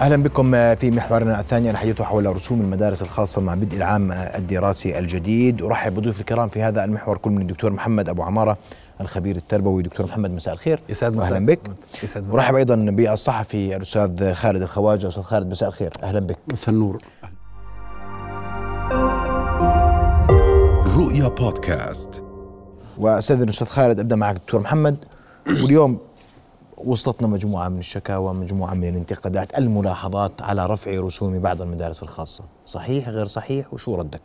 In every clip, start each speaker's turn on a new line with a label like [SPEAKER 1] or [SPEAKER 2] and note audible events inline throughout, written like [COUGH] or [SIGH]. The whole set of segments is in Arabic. [SPEAKER 1] اهلا بكم في محورنا الثاني الحديث حول رسوم المدارس الخاصه مع بدء العام الدراسي الجديد ارحب بضيوف الكرام في هذا المحور كل من الدكتور محمد ابو عماره الخبير التربوي دكتور محمد مساء الخير
[SPEAKER 2] يسعد مساك
[SPEAKER 1] اهلا بك
[SPEAKER 2] يسعد مساك
[SPEAKER 1] ارحب ايضا بالصحفي الاستاذ خالد الخواجه استاذ خالد مساء الخير اهلا بك
[SPEAKER 3] مساء النور
[SPEAKER 4] رؤيا بودكاست
[SPEAKER 1] واستاذن استاذ خالد ابدا معك دكتور محمد [CLEARS THROAT] واليوم وصلتنا مجموعه من الشكاوى مجموعه من الانتقادات الملاحظات على رفع رسوم بعض المدارس الخاصه صحيح غير صحيح وشو ردك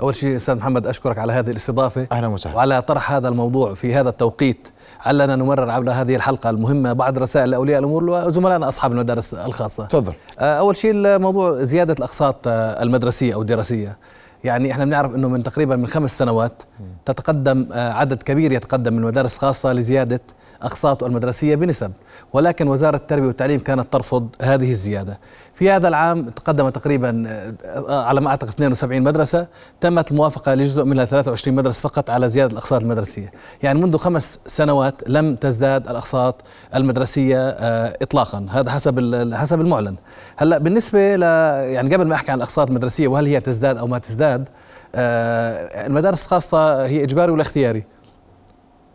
[SPEAKER 2] اول شيء استاذ محمد اشكرك على هذه الاستضافه
[SPEAKER 1] أهلا وسهلا.
[SPEAKER 2] وعلى طرح هذا الموضوع في هذا التوقيت علنا نمرر عبر هذه الحلقه المهمه بعض رسائل اولياء الامور وزملائنا اصحاب المدارس الخاصه
[SPEAKER 1] تفضل
[SPEAKER 2] آه، اول شيء الموضوع زياده الاقساط آه، المدرسيه او الدراسيه يعني احنا بنعرف انه من تقريبا من خمس سنوات تتقدم آه، عدد كبير يتقدم من مدارس خاصه لزياده اقساطه المدرسيه بنسب ولكن وزاره التربيه والتعليم كانت ترفض هذه الزياده في هذا العام تقدم تقريبا آه، على ما اعتقد 72 مدرسه تمت الموافقه لجزء منها 23 مدرسه فقط على زياده الاقساط المدرسيه يعني منذ خمس سنوات لم تزداد الاقساط المدرسيه آه، اطلاقا هذا حسب ال- حسب المعلن هلا بالنسبه ل يعني قبل ما احكي عن الاقساط المدرسيه وهل هي تزداد او ما تزداد آه، المدارس الخاصه هي اجباري ولا اختياري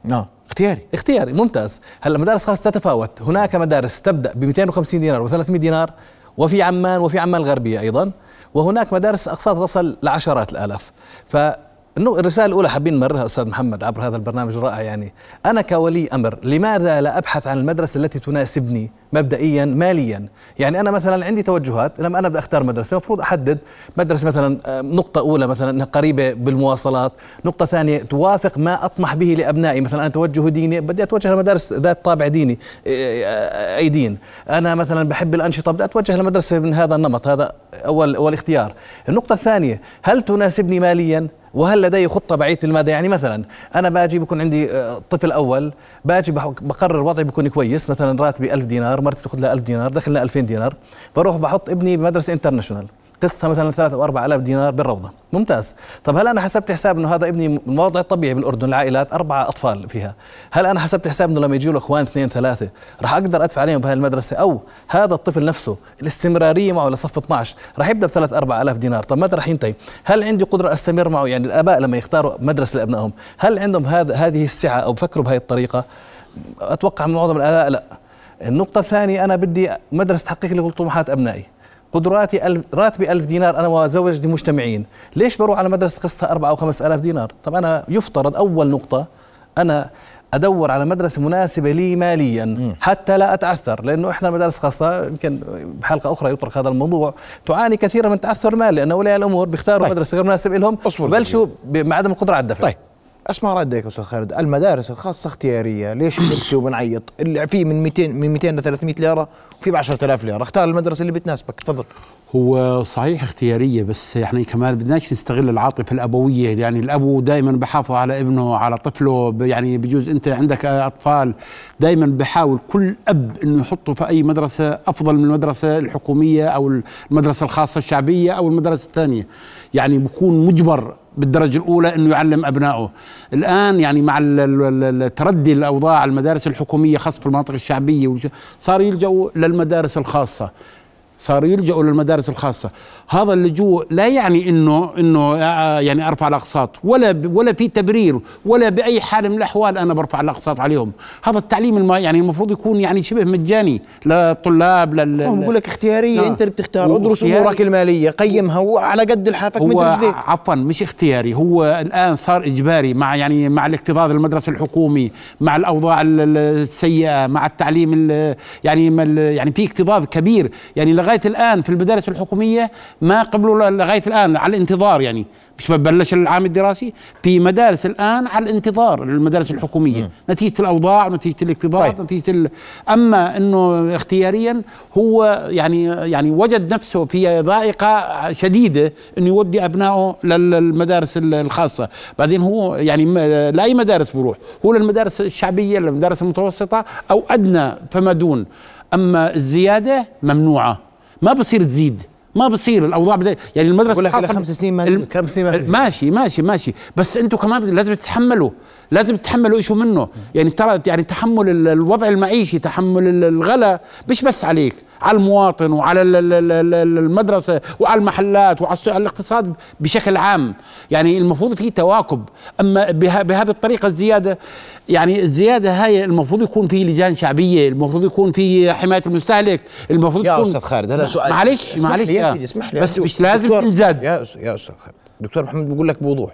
[SPEAKER 1] نعم اختياري
[SPEAKER 2] اختياري ممتاز هلا مدارس خاصة تتفاوت هناك مدارس تبدأ ب 250 دينار و300 دينار وفي عمان وفي عمان الغربية أيضا وهناك مدارس أقساط تصل لعشرات الآلاف ف النو- الرسالة الأولى حابين نمررها أستاذ محمد عبر هذا البرنامج الرائع يعني أنا كولي أمر لماذا لا أبحث عن المدرسة التي تناسبني مبدئيا ماليا يعني أنا مثلا عندي توجهات لما أنا بدي أختار مدرسة المفروض أحدد مدرسة مثلا آه، نقطة أولى مثلا إنها قريبة بالمواصلات نقطة ثانية توافق ما أطمح به لأبنائي مثلا أنا توجه ديني بدي أتوجه لمدارس ذات طابع ديني إيه، آه، أي دين أنا مثلا بحب الأنشطة بدي أتوجه لمدرسة من هذا النمط هذا أول أول اختيار النقطة الثانية هل تناسبني ماليا وهل لدي خطة بعيدة المدى يعني مثلا أنا باجي بكون عندي آه، طفل أول باجي بح- بقرر وضعي بكون كويس مثلا راتبي 1000 دينار مرتي بتاخذ لها 1000 دينار دخلنا 2000 دينار بروح بحط ابني بمدرسة انترناشونال قسطها مثلا 3 او 4000 دينار بالروضه ممتاز طب هل انا حسبت حساب انه هذا ابني الوضع الطبيعي بالاردن العائلات اربعه اطفال فيها هل انا حسبت حساب انه لما يجوا له اخوان اثنين ثلاثه راح اقدر ادفع عليهم بهاي المدرسه او هذا الطفل نفسه الاستمراريه معه لصف 12 راح يبدا ب 3 4000 دينار طب متى راح ينتهي هل عندي قدره استمر معه يعني الاباء لما يختاروا مدرسه لابنائهم هل عندهم هذا هذه السعه او بفكروا بهذه الطريقه اتوقع من معظم الاباء لا النقطه الثانيه انا بدي مدرسه تحقق لي طموحات ابنائي قدراتي ألف راتبي ألف دينار أنا وزوجتي مجتمعين ليش بروح على مدرسة قسطها أربعة أو خمس ألاف دينار طب أنا يفترض أول نقطة أنا أدور على مدرسة مناسبة لي ماليا حتى لا أتعثر لأنه إحنا مدارس خاصة يمكن بحلقة أخرى يطرق هذا الموضوع تعاني كثيرا من تعثر مالي لأن أولياء الأمور بيختاروا
[SPEAKER 1] طيب.
[SPEAKER 2] طيب. مدرسة غير مناسبة لهم
[SPEAKER 1] أصبر
[SPEAKER 2] بلشوا مع عدم القدرة على الدفع
[SPEAKER 1] طيب اسمع ردك استاذ خالد المدارس الخاصه اختياريه ليش نبكي وبنعيط اللي في من 200 من 200 ل 300 ليره وفي ب 10000 ليره اختار المدرسه اللي بتناسبك تفضل
[SPEAKER 3] هو صحيح اختياريه بس يعني كمان بدناش نستغل العاطفه الابويه يعني الابو دائما بحافظ على ابنه على طفله ب- يعني بجوز انت عندك اطفال دائما بحاول كل اب انه يحطه في اي مدرسه افضل من المدرسه الحكوميه او المدرسه الخاصه الشعبيه او المدرسه الثانيه يعني بكون مجبر بالدرجة الأولى أنه يعلم أبنائه الآن يعني مع ال- ال- ال- التردي الأوضاع المدارس الحكومية خاصة في المناطق الشعبية والج- صار يلجأوا للمدارس الخاصة صاروا يلجأوا للمدارس الخاصة هذا اللجوء لا يعني انه انه آه، يعني ارفع الاقساط ولا ب- ولا في تبرير ولا باي حال من الاحوال انا برفع الاقساط عليهم هذا التعليم الم... يعني المفروض يكون يعني شبه مجاني للطلاب لل
[SPEAKER 1] هم بقول لك اختياريه
[SPEAKER 3] نعم.
[SPEAKER 1] انت اللي بتختار ادرس
[SPEAKER 3] واختياري-
[SPEAKER 1] امورك الماليه قيمها وعلى قد لحافك
[SPEAKER 3] هو
[SPEAKER 1] من رجليك
[SPEAKER 3] ع- عفوا مش اختياري هو الان صار اجباري مع يعني مع الاكتظاظ المدرسه الحكومي مع الاوضاع ال- ال- السيئه مع التعليم ال- يعني ما ال- يعني في اكتظاظ كبير يعني لغايه الان في المدارس الحكوميه ما قبلوا ل- لغايه الان على الانتظار يعني مش بلش العام الدراسي في مدارس الان على الانتظار المدارس الحكوميه نتيجه الاوضاع ونتيجه الاكتظاظ
[SPEAKER 1] طيب.
[SPEAKER 3] نتيجه ال... اما انه اختياريا هو يعني يعني وجد نفسه في ضائقه شديده انه يودي ابنائه للمدارس ال- الخاصه، بعدين هو يعني ما- لاي مدارس بيروح، هو للمدارس الشعبيه، للمدارس المتوسطه او ادنى فما دون، اما الزياده ممنوعه، ما بصير تزيد، ما بصير الاوضاع بدأ يعني المدرسه
[SPEAKER 1] بقول لك إلى
[SPEAKER 3] الخاصة-
[SPEAKER 1] خمس سنين ما
[SPEAKER 3] الم-
[SPEAKER 2] كم سنة ما بتزيد.
[SPEAKER 3] ماشي ماشي ماشي بس انتم كمان لازم تتحملوا لازم تتحملوا شو منه يعني ترى يعني تحمل ال- الوضع المعيشي تحمل ال- الغلا مش بس عليك على المواطن وعلى ال- ال- ال- ال- ال- المدرسة وعلى المحلات وعلى السوق- الاقتصاد بشكل عام يعني المفروض في تواكب أما بها بهذه الطريقة الزيادة يعني الزيادة هاي المفروض يكون في لجان شعبية المفروض يكون في حماية المستهلك المفروض
[SPEAKER 1] يا
[SPEAKER 3] يكون
[SPEAKER 1] استاذ خالد هلا سؤال
[SPEAKER 3] معلش
[SPEAKER 1] اسمح
[SPEAKER 3] معلش
[SPEAKER 1] لي يا
[SPEAKER 3] آه.
[SPEAKER 1] سيدي اسمح لي
[SPEAKER 3] بس
[SPEAKER 1] أرجوك.
[SPEAKER 3] مش لازم
[SPEAKER 1] دكتور-
[SPEAKER 3] تنزاد
[SPEAKER 1] يا أس- يا استاذ خالد دكتور محمد بقول لك بوضوح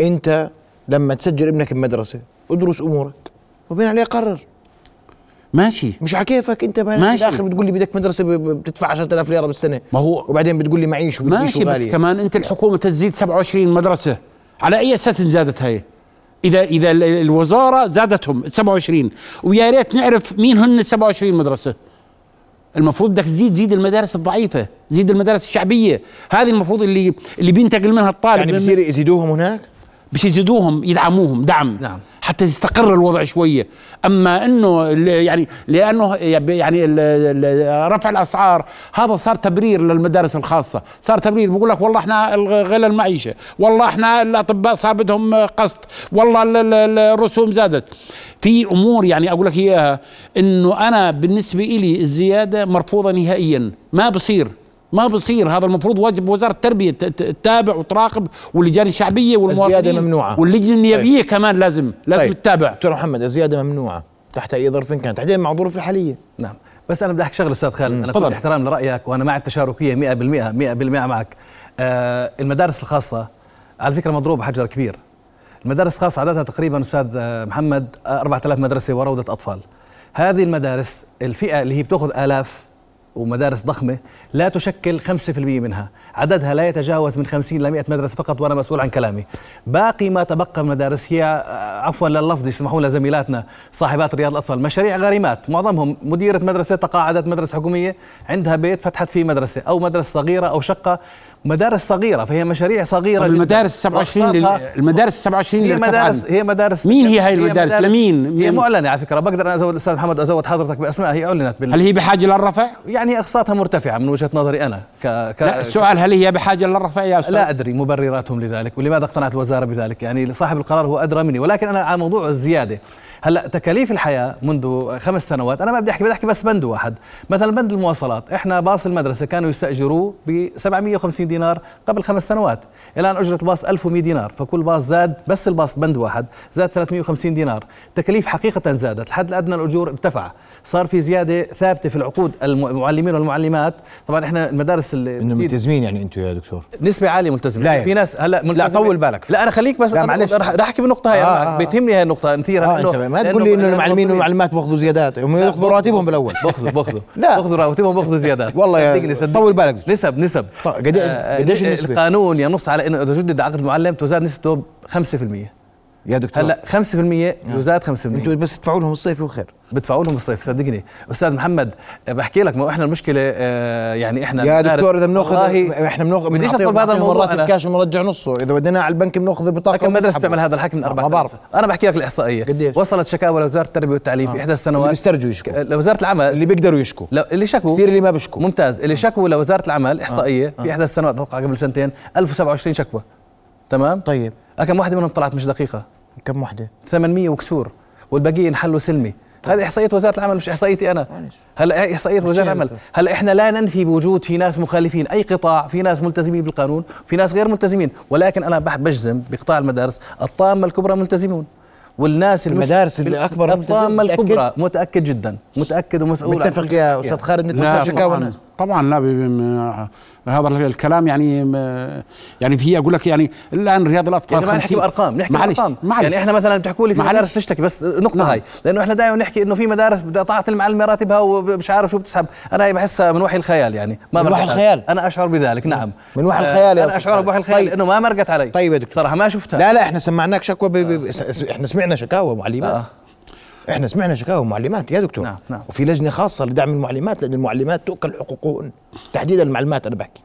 [SPEAKER 1] انت لما تسجل ابنك بمدرسه ادرس امورك وبين عليه قرر
[SPEAKER 3] ماشي
[SPEAKER 1] مش على كيفك انت ماشي.
[SPEAKER 3] ماشي.
[SPEAKER 1] الاخر بتقول لي بدك مدرسه ب- ب- بتدفع 10000 ليره بالسنه
[SPEAKER 3] ما هو-
[SPEAKER 1] وبعدين بتقول لي معيش وبدي
[SPEAKER 3] ماشي بس
[SPEAKER 1] شغالي
[SPEAKER 3] كمان انت الحكومه تزيد 27 مدرسه على اي اساس زادت هاي اذا اذا ال- الوزاره زادتهم 27 ويا ريت نعرف مين هن 27 مدرسه المفروض بدك تزيد زيد المدارس الضعيفه زيد المدارس الشعبيه هذه المفروض اللي اللي بينتقل منها الطالب
[SPEAKER 1] يعني
[SPEAKER 3] لما-
[SPEAKER 1] بصير يزيدوهم هناك
[SPEAKER 3] بس يزيدوهم يدعموهم دعم
[SPEAKER 2] نعم.
[SPEAKER 3] حتى يستقر الوضع شويه اما انه ال- يعني لانه يعني ال- ال- رفع الاسعار هذا صار تبرير للمدارس الخاصه صار تبرير بقول لك والله احنا الغ- غلى المعيشه والله احنا الاطباء صار بدهم قسط والله ال- ال- ال- الرسوم زادت في امور يعني اقول لك اياها انه انا بالنسبه لي الزياده مرفوضه نهائيا ما بصير ما بصير هذا المفروض واجب وزاره التربيه ت- ت- تتابع وتراقب واللجان الشعبيه والمواطنين
[SPEAKER 1] الزيادة ممنوعة.
[SPEAKER 3] واللجنه النيابيه طيب. كمان لازم لازم
[SPEAKER 1] طيب.
[SPEAKER 3] طيب. تتابع
[SPEAKER 1] دكتور محمد الزياده ممنوعه تحت اي ظرف كان تحديدا مع الظروف الحاليه
[SPEAKER 2] نعم بس انا بدي احكي شغله استاذ خالد انا
[SPEAKER 3] تفضل.
[SPEAKER 2] كل احترام لرايك وانا مع التشاركيه 100% 100% معك آه المدارس الخاصه على فكره مضروبه حجر كبير المدارس الخاصه عددها تقريبا استاذ آه، محمد آه، 4000 مدرسه وروضه اطفال هذه المدارس الفئه اللي هي بتاخذ الاف ومدارس ضخمه لا تشكل 5% منها عددها لا يتجاوز من 50 ل 100 مدرسه فقط وانا مسؤول عن كلامي باقي ما تبقى من المدارس هي آه، عفوا لللفظ يسمحوا لنا زميلاتنا صاحبات رياض الاطفال مشاريع غارمات معظمهم مديره مدرسه تقاعدت مدرسه حكوميه عندها بيت فتحت فيه مدرسه او مدرسه صغيره او شقه مدارس صغيره فهي مشاريع صغيره
[SPEAKER 3] طب
[SPEAKER 2] جداً.
[SPEAKER 3] طيب. المدارس 27 لل...
[SPEAKER 2] وأقساطها-
[SPEAKER 3] المدارس 27
[SPEAKER 2] هي
[SPEAKER 3] اللي ارتفع
[SPEAKER 2] مدارس
[SPEAKER 3] عنها.
[SPEAKER 2] هي مدارس
[SPEAKER 3] مين هي هاي المدارس؟ لمين؟
[SPEAKER 2] هي
[SPEAKER 3] مين؟
[SPEAKER 2] معلنه على فكره بقدر انا ازود الاستاذ محمد ازود حضرتك باسماء هي اعلنت بال...
[SPEAKER 3] هل هي بحاجه للرفع؟
[SPEAKER 2] يعني اقساطها مرتفعه من وجهه نظري انا ك... ك...
[SPEAKER 3] لا السؤال هل هي بحاجه للرفع يا استاذ؟
[SPEAKER 2] لا ادري مبرراتهم لذلك ولماذا اقتنعت الوزاره بذلك يعني صاحب القرار هو ادرى مني ولكن انا على موضوع الزياده هلا تكاليف الحياه منذ خمس سنوات انا ما بدي احكي بدي احكي بس بند واحد مثلا بند المواصلات احنا باص المدرسه كانوا يستاجروه ب 750 دينار قبل خمس سنوات الان اجره الباص 1100 دينار فكل باص زاد بس الباص بند واحد زاد 350 دينار تكاليف حقيقه زادت الحد الادنى الاجور ارتفع صار في زياده ثابته في العقود الم- المعلمين والمعلمات طبعا احنا المدارس اللي
[SPEAKER 1] انه
[SPEAKER 2] بتزيد-
[SPEAKER 1] ملتزمين يعني انتم يا دكتور
[SPEAKER 2] نسبة عالية ملتزمة
[SPEAKER 1] لا
[SPEAKER 2] لا
[SPEAKER 1] يعني.
[SPEAKER 2] في ناس هلا ملتزمة
[SPEAKER 1] طول بالك.
[SPEAKER 2] لا أنا خليك بس
[SPEAKER 1] لا،
[SPEAKER 2] أنا
[SPEAKER 1] معلش.
[SPEAKER 2] رح رح أحكي بالنقطة هاي
[SPEAKER 1] آه،
[SPEAKER 2] أنا
[SPEAKER 1] آه،
[SPEAKER 2] معك
[SPEAKER 1] آه.
[SPEAKER 2] بتهمني هاي النقطة نثيرها
[SPEAKER 1] اه انت ما تقول لي انه المعلمين والمعلمات بياخذوا زيادات هم ياخذوا راتبهم بالاول
[SPEAKER 2] باخذوا باخذوا
[SPEAKER 1] [LAUGHS] لا.
[SPEAKER 2] باخذوا رواتبهم باخذوا
[SPEAKER 1] [LAUGHS]
[SPEAKER 2] زيادات
[SPEAKER 1] والله يا-
[SPEAKER 2] صدقني، صدقني.
[SPEAKER 1] طول بالك.
[SPEAKER 2] نسب نسب
[SPEAKER 1] طيب، قد-
[SPEAKER 2] آه،
[SPEAKER 1] قديش
[SPEAKER 2] آه،
[SPEAKER 1] النسبة؟
[SPEAKER 2] القانون ينص على انه اذا جدد عقد المعلم تزاد نسبته ب 5%
[SPEAKER 1] يا دكتور
[SPEAKER 2] هلا
[SPEAKER 1] نعم.
[SPEAKER 2] 5% يزاد 5%
[SPEAKER 1] انتوا بس تدفعوا لهم الصيف وخير
[SPEAKER 2] بدفعوا لهم الصيف صدقني استاذ محمد آه، بحكي لك ما هو احنا المشكله آه، يعني احنا
[SPEAKER 1] يا
[SPEAKER 2] المدارس-
[SPEAKER 1] دكتور اذا بناخذ
[SPEAKER 2] والله
[SPEAKER 1] احنا بناخذ
[SPEAKER 2] بديش
[SPEAKER 1] بنعطيهم
[SPEAKER 2] أدخل بهذا
[SPEAKER 1] بنعطيهم
[SPEAKER 2] الموضوع
[SPEAKER 1] راتب
[SPEAKER 2] أنا.
[SPEAKER 1] كاش بنرجع نصه اذا وديناه على البنك بناخذ بطاقه
[SPEAKER 2] لكن المدرسه بتعمل هذا الحكي من
[SPEAKER 1] أربعة
[SPEAKER 2] اربع
[SPEAKER 1] آه، ما بعرف
[SPEAKER 2] انا بحكي لك الاحصائيه
[SPEAKER 1] قديش؟ آه.
[SPEAKER 2] وصلت شكاوى لوزاره التربيه والتعليم في احدى
[SPEAKER 1] اللي
[SPEAKER 2] السنوات
[SPEAKER 1] بيسترجوا يشكوا
[SPEAKER 2] لوزاره العمل
[SPEAKER 1] اللي بيقدروا يشكوا
[SPEAKER 2] لا اللي شكوا
[SPEAKER 1] كثير آه. اللي ما بيشكوا
[SPEAKER 2] ممتاز اللي شكوا لوزاره العمل احصائيه في احدى السنوات اتوقع قبل سنتين 1027 شكوى تمام آه،
[SPEAKER 1] طيب
[SPEAKER 2] كم واحده منهم طلعت مش دقيقه
[SPEAKER 1] كم وحده
[SPEAKER 2] 800 وكسور والباقيين حلوا سلمي هذه احصائيه وزاره العمل مش احصائيتي انا
[SPEAKER 1] طيب. معلش.
[SPEAKER 2] هلا هي احصائيه وزاره العمل هلا احنا لا ننفي بوجود في ناس مخالفين اي قطاع في ناس ملتزمين بالقانون في ناس غير ملتزمين ولكن انا بح- بجزم بقطاع المدارس الطامه الكبرى ملتزمون والناس المش-
[SPEAKER 1] المدارس اللي
[SPEAKER 2] بال-
[SPEAKER 1] أكبر
[SPEAKER 2] الطامه
[SPEAKER 1] ملتزم؟
[SPEAKER 2] الكبرى متاكد جدا متاكد ومسؤول عن
[SPEAKER 1] متفق
[SPEAKER 2] كل
[SPEAKER 1] يا
[SPEAKER 2] شيء.
[SPEAKER 1] استاذ خالد انك
[SPEAKER 3] لا
[SPEAKER 1] تسمع
[SPEAKER 3] طبعا
[SPEAKER 1] شكاوى
[SPEAKER 3] طبعا لا ب- ب- هذا الكلام يعني م- يعني في اقول لك يعني الان رياض
[SPEAKER 2] يا
[SPEAKER 3] الاطفال
[SPEAKER 2] جماعه نحكي
[SPEAKER 3] 50.
[SPEAKER 2] بارقام نحكي
[SPEAKER 3] معلش
[SPEAKER 2] بارقام
[SPEAKER 3] معلش
[SPEAKER 2] يعني احنا مثلا بتحكوا لي في
[SPEAKER 3] معلش.
[SPEAKER 2] مدارس تشتكي بس نقطه
[SPEAKER 3] نعم.
[SPEAKER 2] هاي لانه احنا دائما نحكي انه في مدارس بدها تعطي المعلمه راتبها ومش عارف شو بتسحب انا هي بحسها من وحي الخيال يعني ما
[SPEAKER 1] من وحي
[SPEAKER 2] مرقت علي.
[SPEAKER 1] الخيال.
[SPEAKER 2] انا اشعر بذلك نعم
[SPEAKER 1] من وحي
[SPEAKER 2] آه،
[SPEAKER 1] الخيال يا
[SPEAKER 2] انا
[SPEAKER 1] أستاذ
[SPEAKER 2] اشعر
[SPEAKER 1] خالد.
[SPEAKER 2] بوحي الخيال
[SPEAKER 1] طيب.
[SPEAKER 2] لانه ما مرقت علي
[SPEAKER 1] طيب يا دكتور.
[SPEAKER 2] صراحه ما شفتها
[SPEAKER 1] لا لا احنا سمعناك شكوى ب... ب... س- س- احنا سمعنا شكاوى معلمات
[SPEAKER 2] آه.
[SPEAKER 1] احنا سمعنا شكاوى معلمات يا دكتور
[SPEAKER 2] نعم، نعم.
[SPEAKER 1] وفي لجنه خاصه لدعم المعلمات لان المعلمات تؤكل حقوقهن تحديدا المعلمات انا بحكي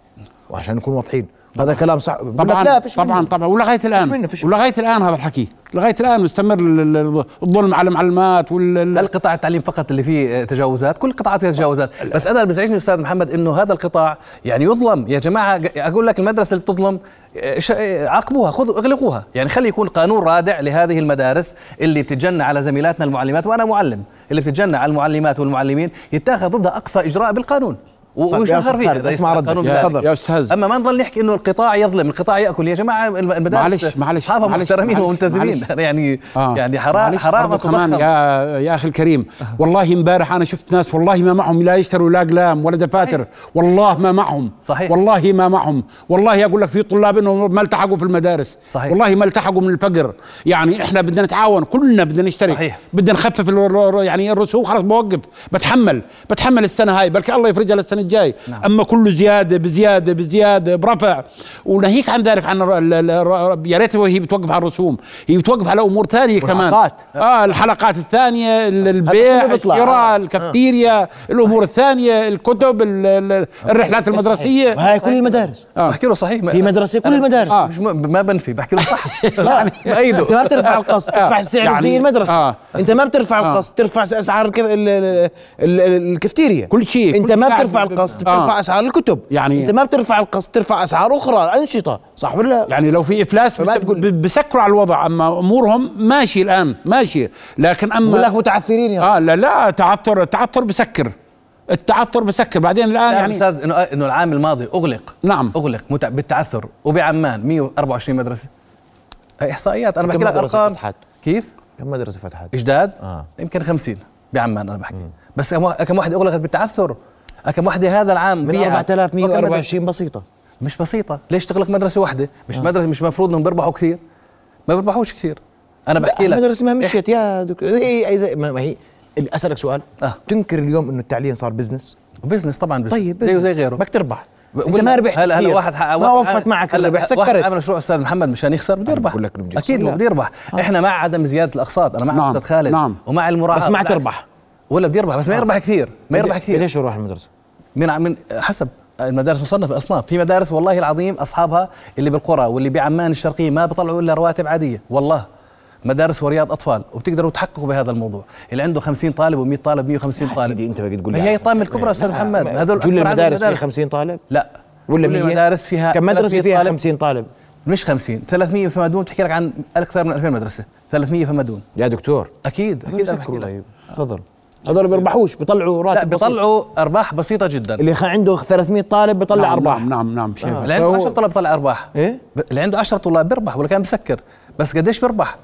[SPEAKER 1] وعشان نكون واضحين هذا كلام صح بقول لك
[SPEAKER 3] طبعا
[SPEAKER 1] لا فيش
[SPEAKER 3] طبعا
[SPEAKER 1] منه.
[SPEAKER 3] طبعا ولغايه الان
[SPEAKER 1] منه، فيش منه.
[SPEAKER 3] ولغايه الان هذا الحكي لغايه الان مستمر ال- ال- الظلم على المعلمات وال
[SPEAKER 2] هل قطاع التعليم فقط اللي فيه آه، تجاوزات؟ كل القطاعات فيها تجاوزات، بس انا اللي بيزعجني استاذ محمد انه هذا القطاع يعني يظلم، يا جماعه ق- اقول لك المدرسه اللي بتظلم آه، ش- آه، عاقبوها خذوا اغلقوها، يعني خلي يكون قانون رادع لهذه المدارس اللي بتتجنى على زميلاتنا المعلمات وانا معلم، اللي بتتجنى على المعلمات والمعلمين يتاخذ ضدها اقصى اجراء بالقانون و-
[SPEAKER 1] طيب يا أستاذ
[SPEAKER 2] ويشهر فيه
[SPEAKER 1] خالد،
[SPEAKER 2] إذا
[SPEAKER 1] اسمع
[SPEAKER 2] يصدر
[SPEAKER 1] ردك.
[SPEAKER 2] قانون
[SPEAKER 1] يا-
[SPEAKER 2] بذلك.
[SPEAKER 1] تفضل.
[SPEAKER 3] يا استاذ
[SPEAKER 2] اما ما نضل نحكي انه القطاع يظلم القطاع ياكل يا جماعه المدارس
[SPEAKER 3] معلش- معلش-
[SPEAKER 2] اصحابها
[SPEAKER 3] معلش-
[SPEAKER 2] محترمين
[SPEAKER 3] معلش-
[SPEAKER 2] وملتزمين يعني
[SPEAKER 3] آه.
[SPEAKER 2] يعني حرام
[SPEAKER 3] معلش
[SPEAKER 2] حرام
[SPEAKER 3] برضو كمان
[SPEAKER 2] تضخم.
[SPEAKER 3] يا يا اخي الكريم والله امبارح انا شفت ناس والله ما معهم لا يشتروا لا اقلام ولا دفاتر والله ما معهم
[SPEAKER 2] صحيح.
[SPEAKER 3] والله ما معهم والله اقول لك في طلاب انهم ما التحقوا في المدارس
[SPEAKER 2] صحيح.
[SPEAKER 3] والله ما التحقوا من الفقر يعني احنا بدنا نتعاون كلنا بدنا نشتري
[SPEAKER 2] صحيح.
[SPEAKER 3] بدنا نخفف ال- ال- ال- يعني الرسوم خلاص بوقف بتحمل بتحمل السنه هاي بلكي الله يفرجها للسنه الجاي
[SPEAKER 2] نعم.
[SPEAKER 3] اما كله زياده بزياده بزياده برفع وناهيك عن ذلك عن الر- ال- ال- يا ريت هي بتوقف على الرسوم هي بتوقف على امور ثانيه كمان
[SPEAKER 1] والحلقات.
[SPEAKER 3] اه الحلقات الثانيه ال-
[SPEAKER 1] كله
[SPEAKER 3] البيع
[SPEAKER 1] بيطلع.
[SPEAKER 3] الشراء
[SPEAKER 1] آه.
[SPEAKER 3] الكافتيريا الامور الثانيه الكتب ال- ال- الرحلات المدرسيه
[SPEAKER 1] هاي كل المدارس
[SPEAKER 3] آه.
[SPEAKER 2] بحكي له صحيح ما
[SPEAKER 1] هي مدرسة، كل
[SPEAKER 2] أنا
[SPEAKER 1] المدارس.
[SPEAKER 3] آه.
[SPEAKER 2] مش ما ما بنفي بحكي له
[SPEAKER 1] [LAUGHS]
[SPEAKER 2] صح يعني
[SPEAKER 1] انت
[SPEAKER 2] بأيده
[SPEAKER 1] ما بترفع القسط ترفع السعر
[SPEAKER 3] يعني-
[SPEAKER 1] زي المدرسه
[SPEAKER 3] آه.
[SPEAKER 1] انت ما بترفع
[SPEAKER 3] آه.
[SPEAKER 1] القسط ترفع اسعار الكف... ال... ال... ال... ال- الكافتيريا
[SPEAKER 3] كل
[SPEAKER 2] إيه،
[SPEAKER 3] شيء
[SPEAKER 1] انت
[SPEAKER 3] كل
[SPEAKER 1] ما
[SPEAKER 3] شيء
[SPEAKER 1] بترفع
[SPEAKER 3] قاعد-
[SPEAKER 1] القسط
[SPEAKER 3] آه.
[SPEAKER 1] بترفع اسعار الكتب
[SPEAKER 3] يعني-
[SPEAKER 1] انت ما بترفع القسط ترفع اسعار اخرى انشطه صح ولا لا؟
[SPEAKER 3] يعني لو في افلاس
[SPEAKER 1] فما تقول-
[SPEAKER 3] ب- بسكروا على الوضع اما امورهم ماشي الان ماشي لكن
[SPEAKER 1] بقول
[SPEAKER 3] اما
[SPEAKER 1] لك متعثرين
[SPEAKER 2] آه.
[SPEAKER 1] يا
[SPEAKER 3] اه لا لا تعثر التعثر بسكر التعثر بسكر بعدين الان
[SPEAKER 2] يعني
[SPEAKER 3] يعني
[SPEAKER 2] استاذ انه انه العام الماضي اغلق
[SPEAKER 3] نعم.
[SPEAKER 2] اغلق متع- بالتعثر وبعمان 124 مدرسه هي احصائيات انا
[SPEAKER 1] كم
[SPEAKER 2] بحكي لك
[SPEAKER 1] مدرسة
[SPEAKER 2] ارقام
[SPEAKER 1] فتحت؟
[SPEAKER 2] كيف؟
[SPEAKER 1] كم مدرسه فتحت؟
[SPEAKER 2] اجداد
[SPEAKER 1] آه.
[SPEAKER 2] يمكن 50 بعمان انا بحكي بس كم وا- كم واحده اغلقت بالتعثر كم وحده هذا العام
[SPEAKER 1] من
[SPEAKER 2] بيعت؟ وكم مدرسة؟
[SPEAKER 1] 4124 بسيطه
[SPEAKER 2] مش بسيطه ليش تغلق مدرسه واحده
[SPEAKER 1] آه.
[SPEAKER 2] مش مدرسه مش مفروض انهم بيربحوا كثير ما بيربحوش كثير انا بحكي لك إيه.
[SPEAKER 1] المدرسه ما مشيت يا دكتور هي هي زي ما ما هي اللي اسالك سؤال
[SPEAKER 2] آه.
[SPEAKER 1] تنكر اليوم انه التعليم صار بزنس؟
[SPEAKER 2] بزنس طبعا بزنس
[SPEAKER 1] طيب
[SPEAKER 2] زيه زي غيره
[SPEAKER 1] بدك تربح انت
[SPEAKER 2] ولا-
[SPEAKER 1] ما ربحت
[SPEAKER 2] هلا هلا
[SPEAKER 1] كثير.
[SPEAKER 2] واحد حق-
[SPEAKER 1] ما
[SPEAKER 2] واحد-
[SPEAKER 1] وفت معك
[SPEAKER 2] هلا
[SPEAKER 1] الربح
[SPEAKER 2] واحد
[SPEAKER 1] سكرت
[SPEAKER 2] عمل مشروع استاذ محمد مشان يخسر بده يربح
[SPEAKER 1] بقول لك نعم. بده يخسر.
[SPEAKER 2] اكيد
[SPEAKER 1] لا.
[SPEAKER 2] بده يربح احنا مع عدم زياده الاقساط انا مع
[SPEAKER 3] نعم.
[SPEAKER 2] استاذ خالد
[SPEAKER 3] نعم.
[SPEAKER 2] ومع المراعاه
[SPEAKER 1] بس ما
[SPEAKER 2] بالعكس.
[SPEAKER 1] تربح. نعم.
[SPEAKER 2] ولا بده يربح بس ما يربح كثير ما يربح كثير
[SPEAKER 1] ليش يروح المدرسه؟
[SPEAKER 2] من ع- من حسب المدارس مصنفة أصناف في مدارس والله العظيم أصحابها اللي بالقرى واللي بعمان الشرقية ما بيطلعوا إلا رواتب عادية والله مدارس ورياض أطفال وبتقدروا تحققوا بهذا الموضوع اللي عنده 50 طالب و100 طالب 150
[SPEAKER 1] يا
[SPEAKER 2] طالب
[SPEAKER 1] سيدي انت بقى تقول
[SPEAKER 2] ما
[SPEAKER 1] لي
[SPEAKER 2] هي
[SPEAKER 1] على
[SPEAKER 2] طامة
[SPEAKER 1] فكرة.
[SPEAKER 2] الكبرى أستاذ
[SPEAKER 1] ما-
[SPEAKER 2] محمد
[SPEAKER 1] ما-
[SPEAKER 2] هذول
[SPEAKER 1] كل
[SPEAKER 2] أكبر عدد
[SPEAKER 1] المدارس فيها
[SPEAKER 2] مدارس.
[SPEAKER 1] 50 طالب
[SPEAKER 2] لا
[SPEAKER 1] ولا
[SPEAKER 2] كل
[SPEAKER 1] 100
[SPEAKER 2] المدارس فيها
[SPEAKER 1] كم مدرسه
[SPEAKER 2] 300
[SPEAKER 1] فيها
[SPEAKER 2] طالب.
[SPEAKER 1] 50 طالب
[SPEAKER 2] مش 50 300 فما دون بتحكي لك عن اكثر من 2000 مدرسه 300 فما دون
[SPEAKER 1] يا دكتور
[SPEAKER 2] اكيد اكيد أنا بحكي
[SPEAKER 1] سكروا
[SPEAKER 2] لك.
[SPEAKER 1] طيب تفضل هذول بيربحوش بيطلعوا راتب
[SPEAKER 2] لا
[SPEAKER 1] بسيط.
[SPEAKER 2] بيطلعوا ارباح بسيطه جدا
[SPEAKER 1] اللي خ- عنده 300 طالب بيطلع
[SPEAKER 3] نعم،
[SPEAKER 1] ارباح
[SPEAKER 3] نعم نعم نعم شايف
[SPEAKER 2] اللي عنده
[SPEAKER 1] فهو-
[SPEAKER 2] 10 طلاب طلع ارباح
[SPEAKER 1] إيه؟
[SPEAKER 2] ب- اللي عنده 10 طلاب بيربح ولا كان بسكر بس قديش بيربح؟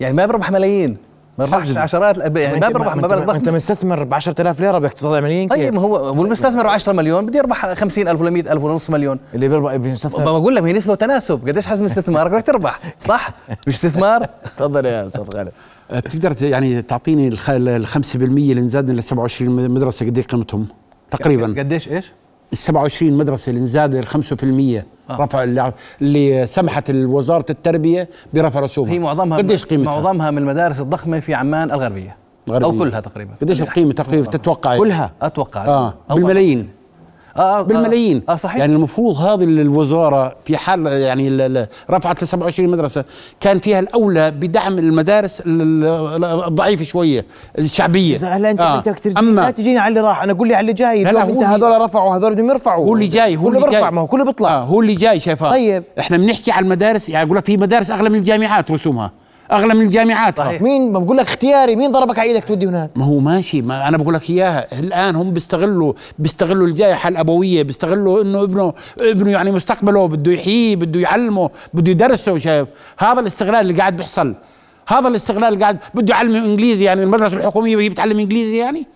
[SPEAKER 2] يعني ما بيربح ملايين ما بيربحش
[SPEAKER 3] حجم.
[SPEAKER 2] عشرات الأب- يعني ما
[SPEAKER 1] أنت-
[SPEAKER 2] بيربح
[SPEAKER 1] أنت-
[SPEAKER 2] مبالغ
[SPEAKER 1] انت
[SPEAKER 2] ضخمه
[SPEAKER 1] مستثمر ب 10000 ليره بدك تطلع ملايين كيف؟
[SPEAKER 2] طيب ما هو والمستثمر 10 مليون بده يربح 50000 ولا 100000 ولا نص مليون
[SPEAKER 1] اللي بيربح بيستثمر
[SPEAKER 2] بقول لك هي نسبه وتناسب قديش حجم استثمارك [LAUGHS] بدك تربح صح مش استثمار
[SPEAKER 1] تفضل يا استاذ خالد
[SPEAKER 3] آه، بتقدر ت- يعني تعطيني الخ- ال 5% اللي انزاد لل 27 مدرسه قد ايه قيمتهم؟ تقريبا
[SPEAKER 2] قديش ايش؟
[SPEAKER 3] ال 27 مدرسه اللي انزاد ال 5%
[SPEAKER 2] آه.
[SPEAKER 3] رفع اللي- اللي سمحت وزاره التربيه برفع رسومها
[SPEAKER 1] نعم.
[SPEAKER 2] هي معظمها
[SPEAKER 3] قديش قيمتها؟
[SPEAKER 2] معظمها من المدارس الضخمه في عمان الغربيه
[SPEAKER 3] غربية.
[SPEAKER 2] او كلها تقريبا
[SPEAKER 3] قديش القيمه تقريبا تتوقع
[SPEAKER 1] يعني كلها
[SPEAKER 2] اتوقع
[SPEAKER 3] اه
[SPEAKER 2] أو-
[SPEAKER 3] بالملايين
[SPEAKER 2] آه آه
[SPEAKER 3] بالملايين
[SPEAKER 2] اه صحيح
[SPEAKER 3] يعني
[SPEAKER 2] يعني
[SPEAKER 3] المفروض هذه الوزاره في حال يعني ال- ال- رفعت ل 27 مدرسه كان فيها الاولى بدعم المدارس ال- ال- الضعيفه شويه الشعبيه
[SPEAKER 1] اذا هلا انت بدك ترجع لا
[SPEAKER 3] اما
[SPEAKER 1] تجيني على اللي راح انا قول لي على اللي جاي
[SPEAKER 3] آه. لا،
[SPEAKER 1] اليوم
[SPEAKER 3] لا،
[SPEAKER 1] انت
[SPEAKER 3] هو اللي-
[SPEAKER 1] هذول رفعوا هذول بدهم يرفعوا
[SPEAKER 3] هو اللي جاي هو
[SPEAKER 1] كله
[SPEAKER 3] اللي
[SPEAKER 1] بيرفع
[SPEAKER 3] جاي.
[SPEAKER 1] ما هو كله بيطلع
[SPEAKER 3] آه هو اللي جاي شايفها
[SPEAKER 1] طيب.
[SPEAKER 3] احنا بنحكي على المدارس يعني اقول لك في مدارس اغلى من الجامعات رسومها اغلى من الجامعات
[SPEAKER 2] صحيح.
[SPEAKER 1] مين ما بقول لك اختياري مين ضربك على ايدك تودي هناك
[SPEAKER 3] ما هو ماشي ما انا بقول لك اياها الان هم بيستغلوا بيستغلوا الجائحه الابويه بيستغلوا انه ابنه ابنه يعني مستقبله بده يحييه بده يعلمه بده يدرسه شايف هذا الاستغلال اللي قاعد بيحصل هذا الاستغلال اللي قاعد بده يعلمه انجليزي يعني المدرسه الحكوميه وهي بتعلم انجليزي يعني